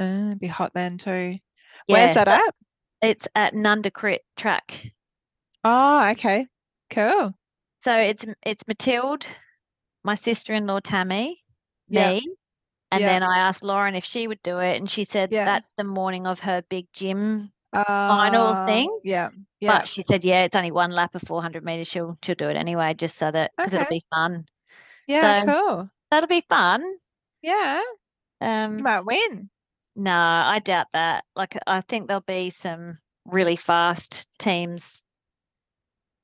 uh, it'd be hot then too.
Yeah,
Where's that at?
it's at nundakrit track
Oh, okay. Cool.
So it's M- it's Matilde, my sister-in-law Tammy,
Yeah.
me, and
Yeah.
then I asked Lauren if she would do it, and she said
Yeah.
that's the morning of her big gym.
Uh,
thing,
Yeah. Yeah.
But she said, yeah, it's only one lap of 400 meters. She'll she'll do it anyway, just so that because it'll
Okay.
be fun.
yeah,
so-
cool.
That'll be fun.
Yeah. You
Um,
might win.
no, I doubt that. Like I think there'll be some really fast teams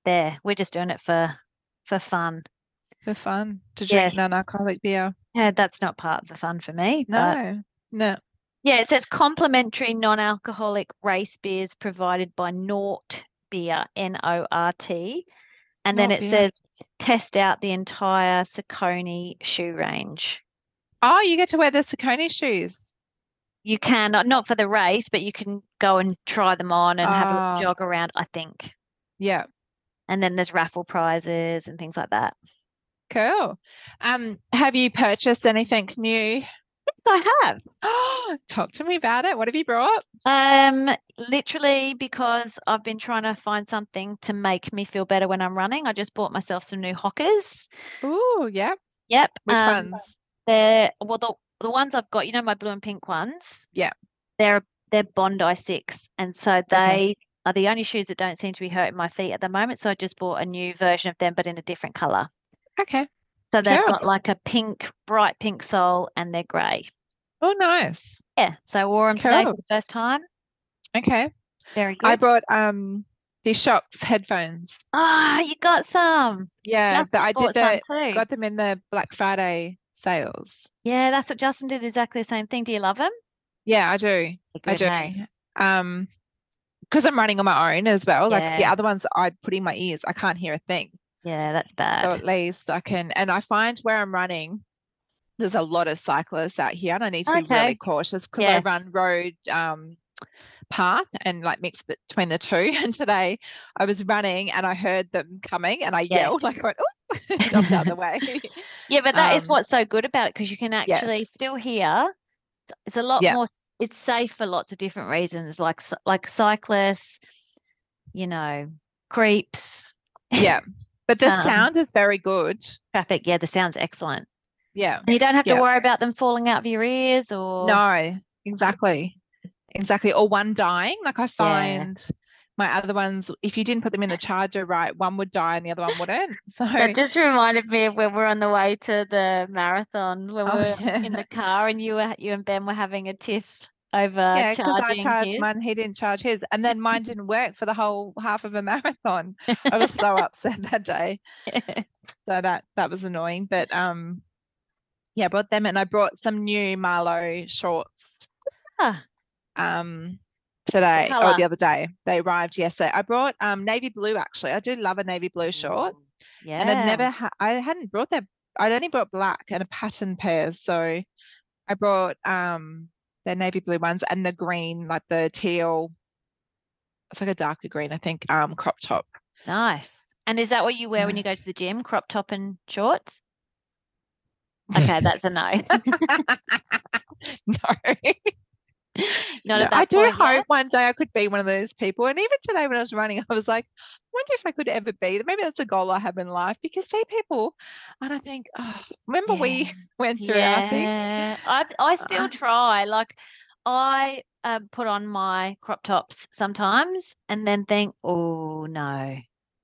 there. We're just doing it for for fun.
For fun. To drink
Yes.
non-alcoholic beer.
Yeah, that's not part of the fun for me.
No.
but-
No.
Yeah, it says complimentary non-alcoholic race beers provided by Nort Beer, N-O-R-T. And then
Nort
it
Beer.
says test out the entire Saucony shoe range.
Oh, you get to wear the Saucony shoes.
You can uh, not not for the race, but you can go and try them on and have a
Ah.
little jog around, I think.
Yeah.
And then there's raffle prizes and things like that.
Cool. Um, have you purchased anything new? [gasps]
I have.
Talk to me about it. What have you brought?
Um, literally because I've been trying to find something to make me feel better when I'm running. I just bought myself some new hockers.
Ooh, yeah.
Yep.
Which
um,
ones?
They're well the the ones I've got, you know, my blue and pink ones.
Yeah.
They're they're Bondi six, and so they are the only shoes that don't seem to be hurting my feet at the moment. So I just bought a new version of them, but in a different color.
Okay.
So they've
Sure.
got like a pink, bright pink sole, and they're grey.
Oh, nice.
Yeah. So I wore them today for
Cool.
the first time.
Okay.
Very
I
good.
brought um the Shocks headphones.
Ah, you got some.
Yeah,
Justin
the, I did
bought some
the
too.
got them in the Black Friday sales.
Yeah, that's what Justin did. Exactly the same thing. Do you love them?
Yeah, I do. I do. Um, because I'm running on my own as well. Like the
Yeah.
other ones, I put in my ears. I can't hear a thing.
Yeah, that's
So
bad.
at least I can. And I find where I'm running, there's a lot of cyclists out here, and I need to be
Okay.
really cautious because I
Yeah.
run road um path and like mix between the two. [laughs] And today I was running and I heard them coming, and I
Yeah.
yelled [laughs] like I went, "Oh!" jumped out of the way.
[laughs] Yeah, but that is
Um,
what's so good about it because you can actually
yes.
still hear. It's- It's a lot
Yeah.
more. It's safe for lots of different reasons, like cy- like cyclists, you know, creeps,
yeah, but the
Um,
sound is very good.
traffic. Yeah, the sound's excellent,
Yeah.
and you don't have to
Yeah.
worry about them falling out of your ears or
No, exactly. Exactly. Or one dying. Like I find my other ones, if you didn't put them in the charger right, one would die and the other one wouldn't. [laughs] So
That just reminded me of when we were on the way to the marathon when
Oh,
we were in
yeah.
the car and you were you and Ben were having a tiff over
[laughs] yeah, because I
charging
charged
[laughs] his.
mine, he didn't charge his. And then mine didn't work for the whole half of
[laughs]
a [laughs] marathon. I was so upset that day. So that that was annoying. But um yeah, I brought them and I brought some new Marlowe shorts
Ah.
um today or
colour?
the other day. They arrived yesterday. I brought um navy blue actually. I do love a navy blue
Mm.
short.
yeah.
and I'd never ha- I hadn't brought that I'd only brought black and a pattern pair so I brought um the navy blue ones and the green like the teal it's like a darker green I think um crop top [laughs] Mm.
Nice. And is that what you wear when
Yeah. [laughs]
you go to the gym? Crop top and shorts? Okay, that's a no. [laughs]
no.
Not at
I
that
do
point
hope
yet.
one day I could be one of those people. And even today, when I was running, [laughs] I was like, I wonder if I could ever be. that." Maybe that's a goal I have in life because see people, and I think, oh, remember we [laughs] went through our thing?
Yeah, I I still
Uh,
try. Like I uh, put on my crop tops sometimes, and then think, oh no,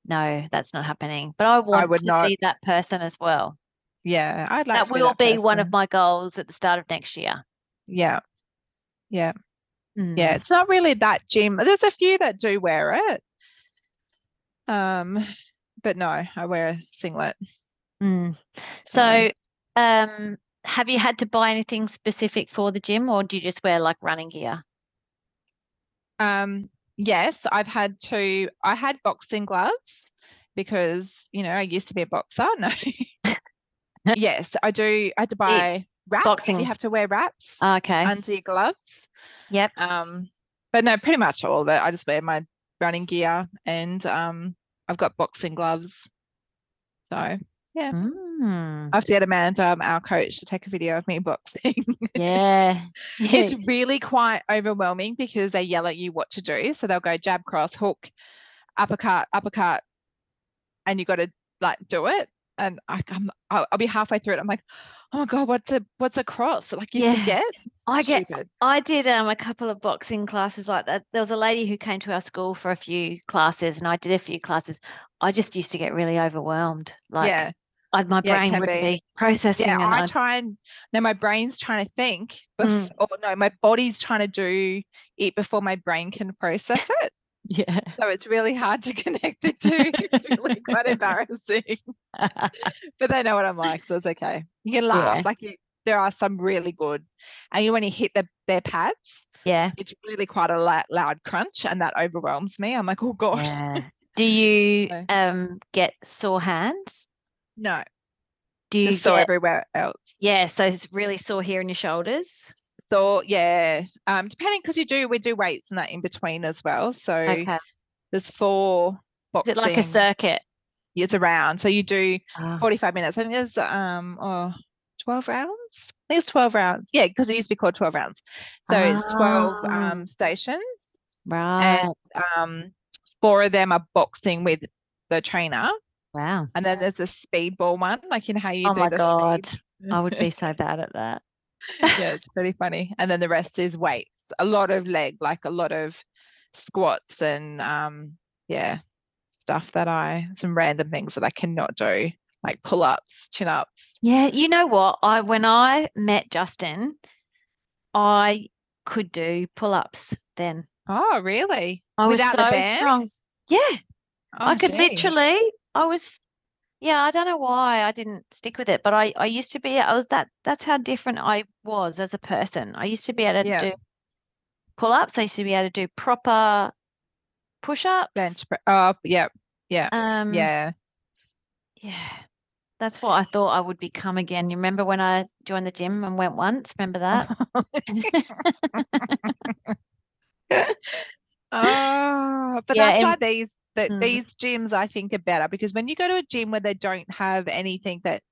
no, that's not happening. But I want
would
to
not-
be that person as well.
Yeah, I'd like
that
to
will
be,
be one of
person.
my goals at the start of next year.
Yeah, yeah,
Mm.
yeah. It's not really that gym. There's a few that do wear it, um, but no, I wear a singlet.
Mm. So, um, have you had to buy anything specific for the gym, or do you just wear like running gear?
Um, yes, I've had to. I had boxing gloves because you know I used to be a boxer. [laughs] No. yes, I do.
[laughs]
I had to buy wraps.
boxing. Oh,
You have to wear wraps
Okay.
under your gloves. [laughs]
Yep.
Um, but no, pretty much all of it. I just wear my running gear and um, I've got boxing gloves. So I
Mm.
have to get Amanda, um, our coach, to take a video of me boxing.
Yeah. [laughs]
it's really quite overwhelming because they yell at you what to do. So they'll go jab, cross, hook, uppercut, uppercut, and you got to like do it. And I, I'm, I'll, I'll be halfway through it. I'm like, oh my god, what's a what's a cross? Like you
Yeah.
forget.
I get
Stupid.
I did um, a couple of boxing classes like that. There was a lady who came to our school for a few classes, and I did a few classes. I just used to get really overwhelmed. Like,
yeah,
I, my
Yeah, it
brain
can
wouldn't
be.
be, processing.
yeah.
and
I
I'd-
try and now my brain's trying to think, bef-
Mm.
or no, my body's trying to do it before my brain can process it.
[laughs] yeah.
So it's really hard to [laughs] connect the two. It's really
[laughs]
quite embarrassing. but they know what I'm like, so it's okay. You can laugh.
Yeah.
Like you, there are some really good, and you when you hit the, their pads,
yeah.
it's really quite a loud, loud crunch, and that overwhelms me. I'm like, oh gosh,
yeah. Do you
[laughs] So-
um, get sore hands?
no,
Do you
just saw
get-
everywhere else.
yeah, so it's really sore here in your shoulders.
So yeah, um, depending because you do we do weights and that in between as well. So
Okay.
there's four
Is
boxing.
it like a circuit?
It's a round, so you do
Ah,
45 minutes. I think there's um oh, 12 rounds. I think it's 12 rounds. Yeah, because it used to be called 12 rounds. So it's 12
Ah.
um, stations.
right.
and um, four of them are boxing with the trainer,
wow.
and then there's the speedball one, like in how you
Oh
do
my [laughs]
the
God.
speed.
I would be
[laughs]
so bad at that.
yeah, it's pretty funny. And then the rest is weights, a lot of leg, like a lot of squats and um, yeah, stuff that I some random things that I cannot do, like pull ups, chin ups.
Yeah, you know what? I when I met Justin, I could do pull-ups then.
Oh, really?
I was
Without the
so
band?
strong. Yeah, I
Oh,
could
gee.
literally. I was. Yeah, I don't know why I didn't stick with it, but I I used to be. I was that. That's how different I was as a person. I used to be able to
Yeah.
do pull-ups. I used to be able to do proper push-ups.
bench pre- up. Yep.
Um,
yeah.
yeah. That's what I thought I would become again. You remember when I joined the gym and went once? Remember that?
Oh, but
Yeah,
that's
and-
why these that
Mm.
these gyms I think are better because when you go to a gym where they don't have anything that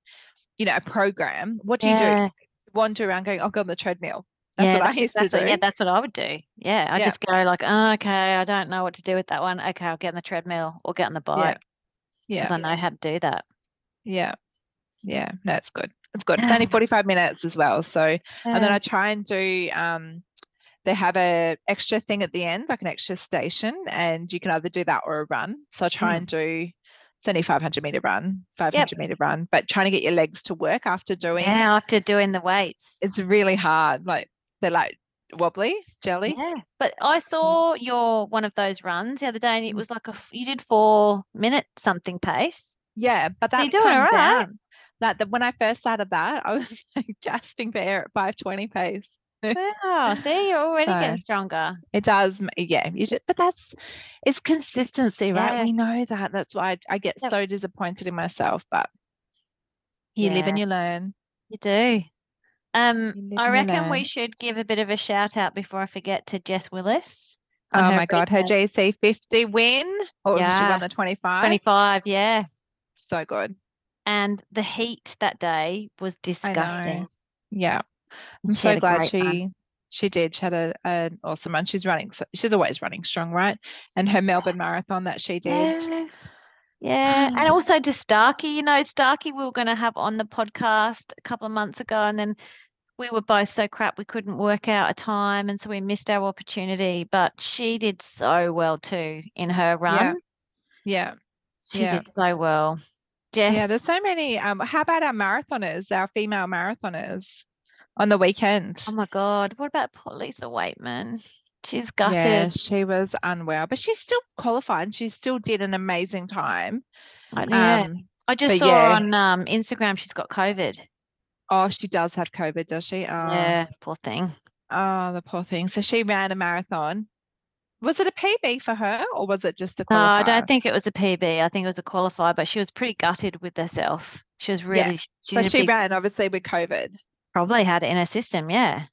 you know a program, what do you do?
Yeah.
Wander around going, I'll go on the treadmill. That's
Yeah,
what I used to do.
Exactly. Yeah, that's what I would do. Yeah, I
Yeah.
just go like, oh, okay, I don't know what to do with that one. Okay, I'll get on the treadmill or get on the bike
yeah,
because I know how to do that.
yeah, yeah. No, it's good. It's good.
[sighs]
It's only forty five minutes as well. So and then I try and do um they have a extra thing at the end, like an extra station, and you can either do that or a run. So I try
Mm.
and do it's only 500 meter run, 500 meter run, but trying to get your legs to work after doing
yeah, after doing the weights.
it's really hard. Like they're like wobbly, jelly.
Yeah, but I
Mm.
saw your one of those runs the other day, and it was like a f- you did four minute something
[laughs]
pace.
Yeah, but
So
that
you're doing
come
all right.
down. Like the, when I first started that, I was [laughs] like gasping for air at 520 pace.
Wow, see, you're already getting
So-
stronger.
It does, m- yeah. You just, but that's it's consistency, right?
Yeah.
We know that. That's why I, I get
Yep.
so disappointed in myself. But you live and you learn.
You do. Um,
You live and
I
you
reckon we
learn.
should give a bit of a shout out before I forget to Jess Willis.
Oh
on her
my god, her
recent
GC50 win, or she
Yeah.
won the 25.
25, yeah.
So good.
and the heat that day was disgusting.
Yeah. I'm
She had
so
a
glad
great
she
run.
she did. She had a, an awesome run. She's running. So she's always running strong, right? And her Melbourne marathon that she did.
Yes. Yeah, and also to Starkey, you know, Starkey we were going to have on the podcast a couple of months ago, and then we were both so crap we couldn't work out a time, and so we missed our opportunity. But she did so well too in her run.
Yeah.
She
yeah.
did so well. Jess,
Yeah. There's so many. Um, how about our marathoners, our female marathoners on the weekend?
oh my God, what about poor Lisa Waitman? She's gutted.
Yeah, she was unwell, but she still qualified. and She still did an amazing time.
I, yeah.
Um,
I just
but
saw
yeah.
on um, Instagram she's got COVID.
oh, she does have COVID, does she? Oh,
yeah, poor thing.
oh, the poor thing. So she ran a marathon. Was it a PB for her, or was it just a
No, I
qualifier?
don't think it was a PB. I think it was a qualifier, but she was pretty gutted with herself. She was really, sh- she,
but
was a
she
big-
ran obviously with COVID.
probably had it in her system. Yeah.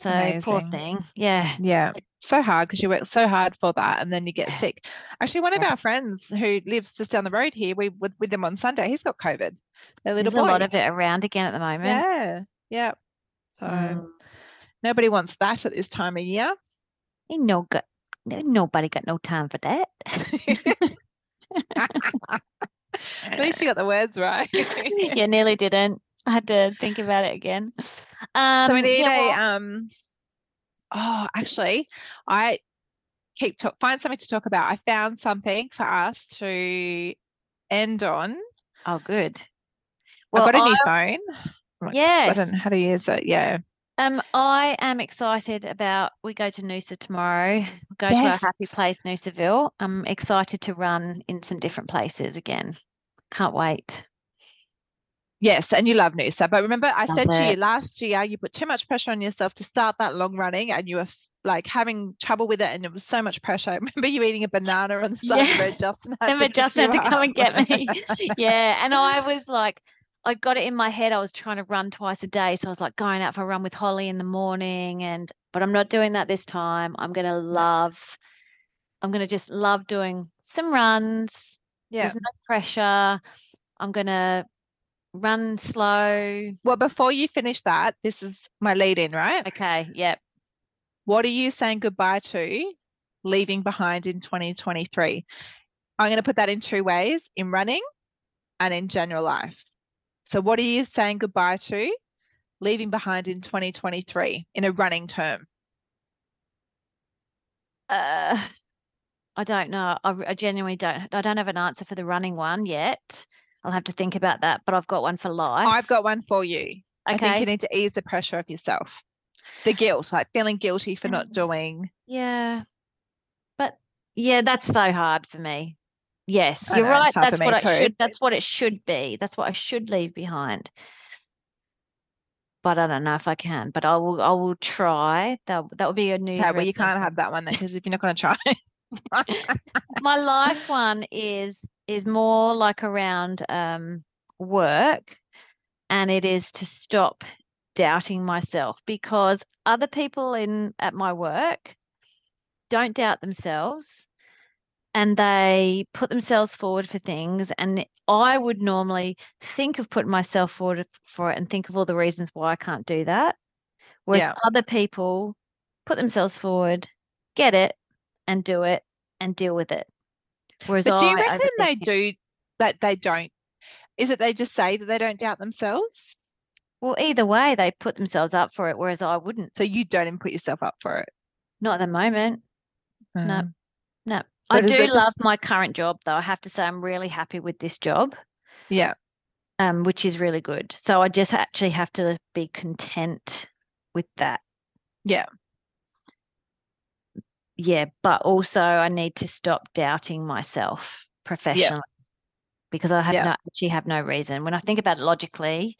So poor
Amazing.
thing. Yeah.
Yeah, so hard because you work so hard for that, and then you get
Yeah.
sick. Actually, one of
Yeah.
our friends who lives just down the road here, we were with them on Sunday. He's got COVID. Their little
There's
boy.
a lot of it around again at the moment.
yeah, yeah. So
Mm.
nobody wants that at this time of year.
Ain't no good. Nobody got no time for that. [laughs]
At least you got the words [laughs] right. so
yeah, nearly didn't. I had to think about it again. Um,
we need
yeah,
a
well,
um. Oh, actually, I keep talk find something to talk about. I found something for us to end on.
oh, good.
I got a new
I-
phone. like, I
yes.
don't know how to use it. Yeah.
Um, I am excited about we go to Noosa tomorrow. We go to our happy
Yes.
place, Noosaville. I'm excited to run in some different places again. Can't wait.
Yes, and you love Noosa. But remember, I
Love
said to you
it.
last year, you put too much pressure on yourself to start that long running, and you were f- like having trouble with it, and it was so much pressure. [laughs] I remember you eating a banana on the side of
Yeah.
the [laughs] road, Justin. Had
Remember,
to
Justin had
pick you
to come and
up.
get me. [laughs] yeah, and I was like, I got it in my head. I was trying to run twice a day, so I was like going out for a run with Holly in the morning, and but I'm not doing that this time. I'm gonna love. I'm gonna just love doing some runs,
[laughs] yeah.
There's no pressure. I'm gonna run slow.
Well, before you finish that, this is my lead in, right?
Okay, yep.
What are you saying goodbye to leaving behind in 2023? I'm going to put that in two ways in running and in general life. So, what are you saying goodbye to leaving behind in 2023 in a running term?
Uh, I don't know. I, r- I genuinely don't. I don't have an answer for the running one yet. I'll have to think about that. But I've got one for life.
I've got one for you. I think you
Okay.
need to ease the pressure of yourself, the guilt, like feeling guilty for not
Mm.
doing.
Yeah. But yeah, that's so hard for me. Yes,
I
you're
know,
right.
it's hard for
That's
me
what I
too.
should. That's what it should be. That's what I should leave behind. But I don't know if I can. But I will. I will try. That that would be a new.
Yeah, well, you can't have that one then because if you're not going to try,
my life one is is more like around um work and it is to stop doubting myself because other people in at my work don't doubt themselves and they put themselves forward for things and i would normally think of putting myself forward for it and think of all the reasons why i can't do that whereas
Yeah.
other people put themselves forward get it and do it and deal with it. Whereas
But do you
I
reckon they
overthink it.
do that they don't? Is it they just say that they don't doubt themselves?
Well, either way, they put themselves up for it, whereas I wouldn't.
So you don't even put yourself up for it.
Not at the moment. No.
Mm.
No. I
But is
do
it just-
love my current job, though. I have to say, I'm really happy with this job,
Yeah.
um, which is really good. So I just actually have to be content with that.
Yeah.
Yeah. But also, I need to stop doubting myself professionally because I have
Yeah.
no, actually have no reason. When I think about it logically,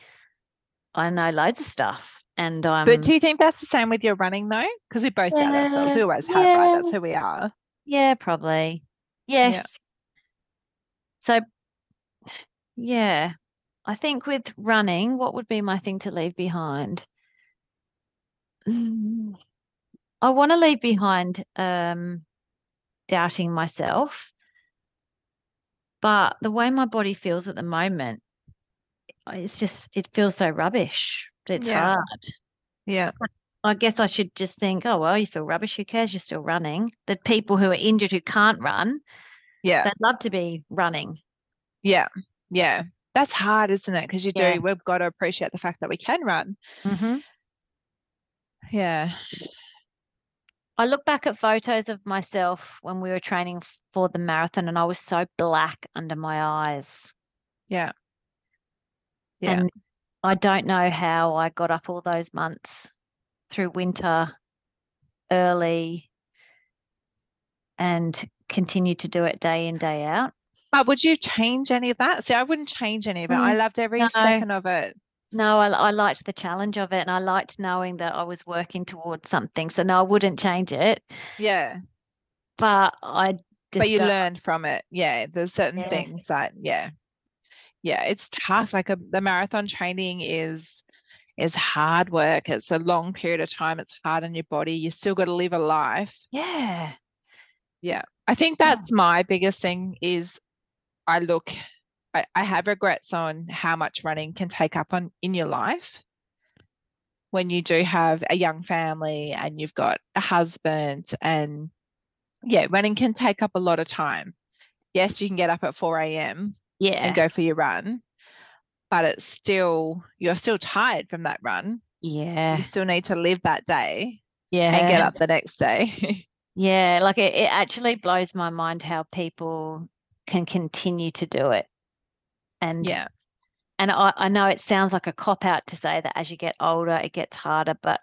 I know loads of stuff. And um, I'm.
but do you think that's the same with your running though? Because we both doubt ourselves.
Yeah,
We always have, right? That's
yeah.
who we are.
Yeah, probably. Yes. So, [sighs] yeah, I think with running, what would be my thing to leave behind? [sighs] Mm, I want to leave behind um, doubting myself, But the way my body feels at the moment, it's just, it feels so rubbish. It's
Yeah.
hard.
Yeah.
I guess I should just think, oh, well, you feel rubbish. Who cares? You're still running. The people who are injured who can't run,
Yeah.
they'd love to be running.
Yeah. Yeah. That's hard, isn't it? Because you
Yeah.
do, we've got to appreciate the fact that we can run.
Mm-hmm.
Yeah.
I look back at photos of myself when we were training f- for the marathon and I was so black under my eyes.
Yeah. Yeah.
And I don't know how I got up all those months through winter early and continued to do it day in, day out.
But would you change any of that? See, I wouldn't change any of it. I loved every
Mm. No.
second of it.
No, I, I liked the challenge of it and I liked knowing that I was working towards something. So no, I wouldn't change it,
Yeah.
but I just
but you
don't-
learn from it. Yeah. There's certain
Yeah.
things that, yeah. Yeah. It's tough. Like a, the marathon training is, is hard work. It's a long period of time. It's hard on your body. You still got to live a life.
Yeah.
I think
Yeah.
that's my biggest thing is I look I, I have regrets on how much running can take up on in your life when you do have a young family and you've got a husband and yeah, running can take up a lot of time. Yes, you can get up at 4 a.m.
Yeah.
and go for your run, but it's still you're still tired from that run.
yeah.
You still need to live that day
Yeah.
and get up the next day. [laughs]
Yeah, like it, it actually blows my mind how people can continue to do it. And
yeah.
and I, I know it sounds like a cop out to say that as you get older it gets harder, but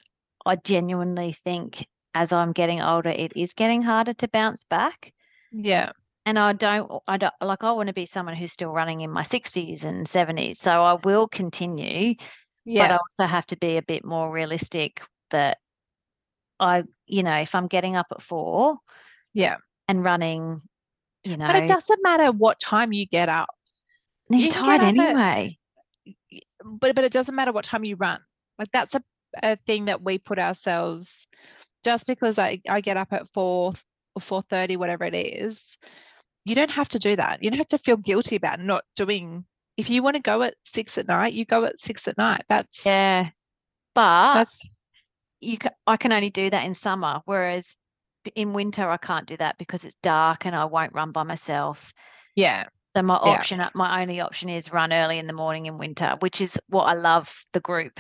I genuinely think as I'm getting older it is getting harder to bounce back.
Yeah.
And I don't I don't like I want to be someone who's still running in my 60s and 70s, so I will continue
Yeah.
but I also have to be a bit more realistic that I, you know, if I'm getting up at four,
Yeah.
and running, you know,
But it doesn't matter what time you get up.
you're
you can get
tired
up at-
anyway.
But but it doesn't matter what time you run. Like that's a, a thing that we put ourselves just because I, I get up at four or four thirty, whatever it is, you don't have to do that. You don't have to feel guilty about not doing if you want to go at six at night, you go at six at night. That's
Yeah, but
that's
you, ca- I can only do that in summer, whereas b- in winter I can't do that because it's dark and I won't run by myself.
yeah,
So my
Yeah.
option, my only option is run early in the morning in winter, which is what I love. The group,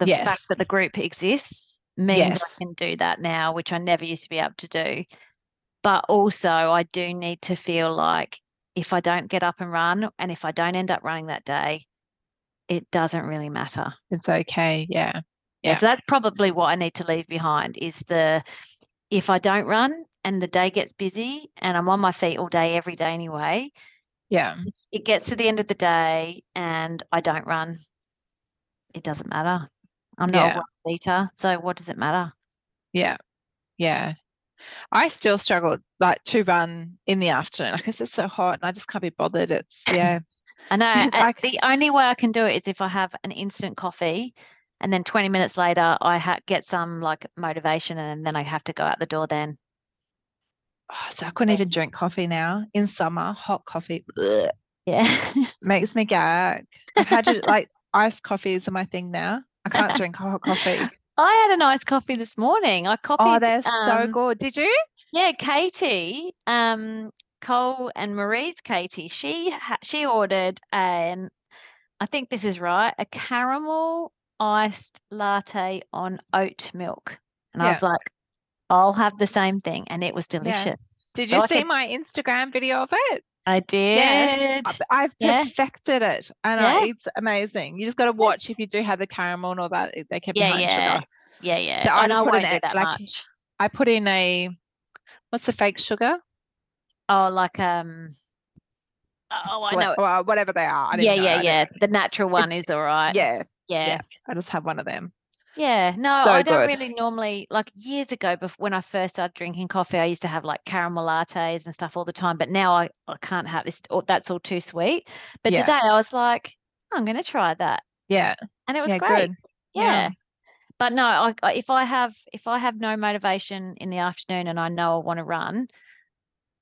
the fact
Yes.
that the group exists means
Yes.
I can do that now, which I never used to be able to do. But also, I do need to feel like if I don't get up and run, and if I don't end up running that day, it doesn't really matter.
it's okay. Yeah. Yeah.
So that's probably what I need to leave behind is the if I don't run and the day gets busy and I'm on my feet all day every day anyway,
Yeah.
it gets to the end of the day and I don't run, it doesn't matter. I'm not
Yeah.
a world eater, so what does it matter?
Yeah. Yeah. I still struggle like to run in the afternoon. Like it's just so hot and I just can't be bothered. It's yeah.
I know
And I-
and the only way I can do it is if I have an instant coffee, and then 20 minutes later I ha- get some like motivation, and then I have to go out the door. Then
Oh, so I couldn't even drink coffee now in summer. Hot coffee ugh,
yeah, [laughs]
makes me gag. I've had to, like iced coffee is my thing now. I
[laughs]
can't drink hot coffee.
I had a nice coffee this morning. I copied.
Oh, they're so
um,
good. Did you?
Yeah, Katie, um, Cole and Marie's Katie. She ha- she ordered an, I think this is right, a caramel iced latte on oat milk, and I
Yeah.
was like, I'll have the same thing, and it was delicious.
Did
so
you
I
see
could-
my Instagram video of it?
I
Yeah.
did.
I- I've
Yeah.
perfected it, and
Yeah.
I, it's amazing. You just got to watch if you do have the caramel and all that. it- They can be
Yeah,
high in
yeah.
sugar.
Yeah, yeah.
So I
and
just put an
won't do
egg,
that
like-
much.
I put in a what's the fake sugar?
Oh, like um. Oh, I
Split-
know.
Well, whatever they are. I don't
Yeah,
even know,
yeah,
I don't-
yeah. The natural one is all right.
yeah,
yeah.
yeah. I just have one of them.
Yeah, no,
So
I don't
good.
really normally like years ago before when I first started drinking coffee, I used to have like caramel lattes and stuff all the time, but now I, I can't have this or that's all too sweet. But
Yeah.
today I was like, I'm gonna try that.
Yeah,
And it was
yeah,
great.
good.
Yeah.
yeah.
But no, I, I if I have if I have no motivation in the afternoon and I know I want to run,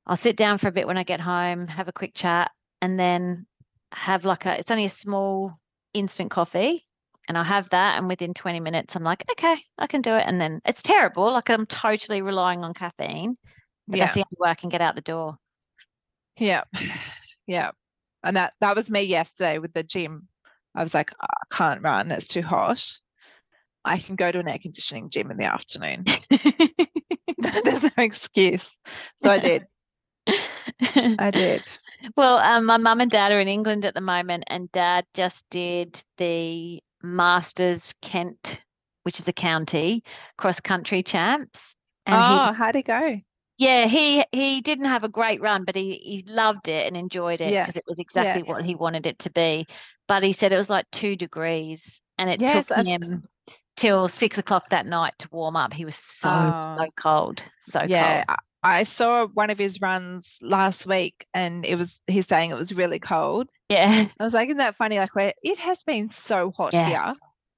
I'll sit down for a bit when I get home, have a quick chat, and then have like a it's only a small instant coffee. And I'll have that. And within 20 minutes, I'm like, okay, I can do it. And then it's terrible. Like I'm totally relying on caffeine. But
yeah.
that's the only way I can get out the door. [laughs]
Yeah. [sighs] Yeah. And that that was me yesterday with the gym. I was like, "Ah, I can't run, it's too hot. I can go to an air conditioning gym in
[laughs]
the afternoon. [laughs] There's no excuse. So
[laughs]
I did. I did.
Well, um, my mum and dad are in England at the moment, and dad just did the Masters Kent, which is a county cross country champs. And he-
oh, how'd it go?
yeah, he he didn't have a great run, but he he loved it and enjoyed it
Yeah.
because it was exactly
yeah.
what he wanted it to be. But he said it was like two degrees, and it
Yes,
took
I've-
him till six o'clock that night to warm up. He was so
Oh.
so cold, so
yeah. I I saw one of his runs last week and it was he's saying it was really cold.
cold. Yeah.
I was like, isn't that funny? Like where it has been so hot
Yeah.
here.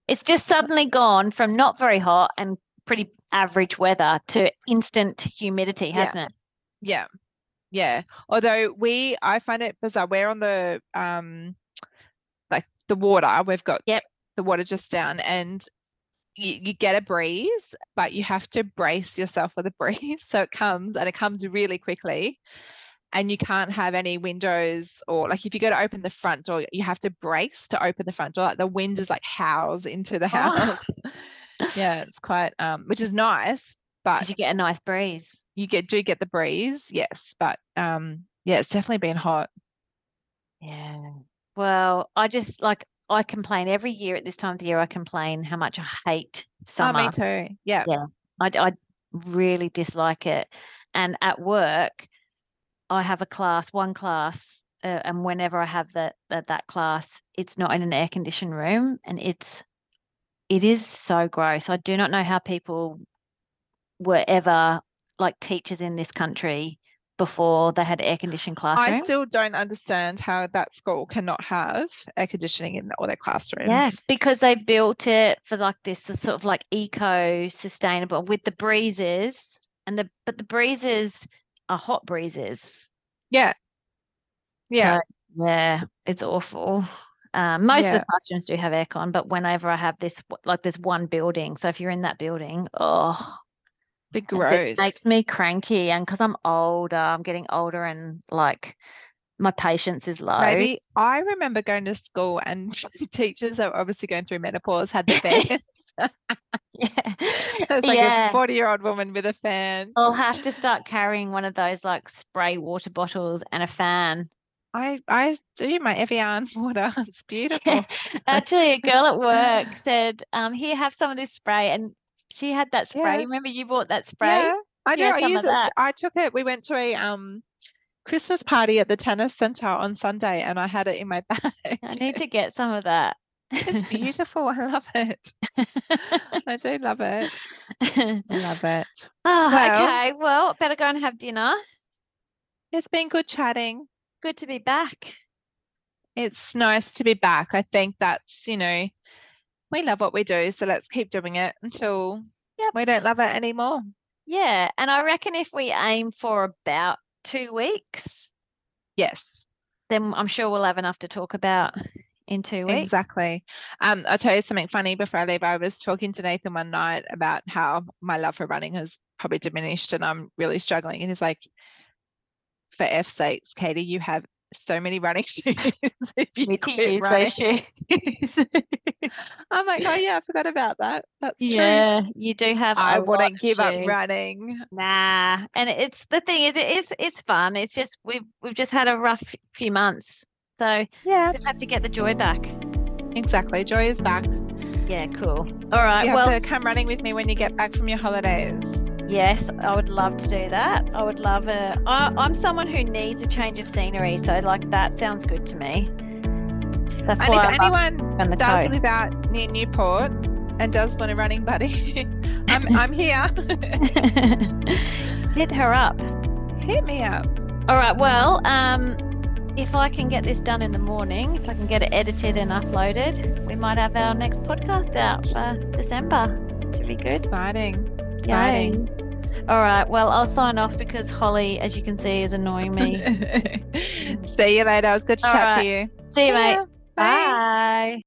It's just suddenly gone from not very hot and pretty average weather to instant humidity, [laughs]
Yeah.
hasn't
Yeah. Yeah. Although we I find it bizarre. We're on the um like the water. We've got
Yep.
the water just down and you, you get a breeze, but you have to brace yourself for the [laughs] breeze. So it comes and it comes really quickly. And you can't have any windows or like if you go to open the front door, you have to brace to open the front door. Like the wind is like howls into
Oh. [laughs]
the house. [laughs] yeah, it's quite um which is nice, but
Did you get a nice breeze?
you get do get the breeze, yes, but um yeah, it's definitely been hot.
Yeah. Well, I just like I complain every year at this time of the year. I complain how much I hate summer.
Oh, me too. Yeah.
I, I really dislike it. And at work, I have a class, one class, uh, and whenever I have that, that that class, it's not in an air conditioned room, and it's it is so gross. I do not know how people were ever like teachers in this country before they had air conditioned classrooms.
I still don't understand how that school cannot have air conditioning in all their classrooms.
Yes, because they built it for like this the sort of like eco sustainable with the breezes and the but the breezes are hot breezes.
Yeah. Yeah.
Yeah, it's awful. Um, most of
Yeah.
the classrooms do have aircon, but whenever I have this w- like there's one building, so if you're in that building, oh,
big
it
gross.
just makes me cranky. And because I'm older, I'm getting older, and like my patience is low.
Maybe I remember going to school and [laughs] teachers that were obviously going through menopause had the [laughs] fan.
[laughs] Yeah.
it's like
Yeah.
a 40 year old woman with a fan.
I'll have to start carrying one of those like spray water bottles and a fan.
I, I do my Evian water. [laughs] It's
[laughs]
beautiful.
Actually, a girl at
[laughs]
work said, um, here, have some of this spray. And she had that spray.
Yeah.
Remember you bought that spray?
Yeah, I do.
Yeah,
I
some of
use it.
that.
I took it. We went to a um Christmas party at the tennis center on Sunday, and I had it in my [laughs] bag.
I need to get some of that.
It's
[laughs]
beautiful. I love it. I do love it.
[laughs] oh,
I love it. Well-
okay. Well, better go and have dinner.
It's been good chatting.
Good to be back.
It's nice to be back. I think that's you know we love what we do, so let's keep doing it until
Yep.
we don't love it anymore.
Yeah. And I reckon if we aim for about two weeks,
Yes.
then I'm sure we'll have enough to talk about in two weeks.
Exactly. Um, I'll tell you something funny before I leave. I was talking to Nathan one night about how my love for running has probably diminished and I'm really struggling. And he's like, for F's sakes, Katie, you have so many running [laughs] shoes. if you
Need [laughs] to
quit
use
running."
those shoes.
I'm like,
[laughs]
oh yeah, I forgot about that. That's true.
Yeah, you do have.
I
a lot
wouldn't
of
give up
shoes.
running.
Nah, and it's the thing is, it is it's fun. It's just we've we've just had a rough few months, so
Yeah,
just have to get the joy back.
exactly. Joy is back. So
Yeah, cool. All right.
you
well,
have to come running with me when you get back from your holidays.
yes, I would love to do that. I would love a. I, I'm someone who needs a change of scenery, so like that sounds good to me. That's
And
why
if
I'm up
anyone
on the
does
coast.
live out near Newport and does want a running buddy, [laughs] I'm, I'm here. [laughs]
[laughs] Hit her up.
Hit me up.
All right. Well, um, if I can get this done in the morning, if I can get it edited and uploaded, we might have our next podcast out for December. Should be good.
[laughs] Exciting. Exciting.
Yay. All right. Well, I'll sign off because Holly, as you can see, is annoying me.
[laughs] See you later. It was good to
All
chat
right.
to you.
See you, mate.
ya.
Bye.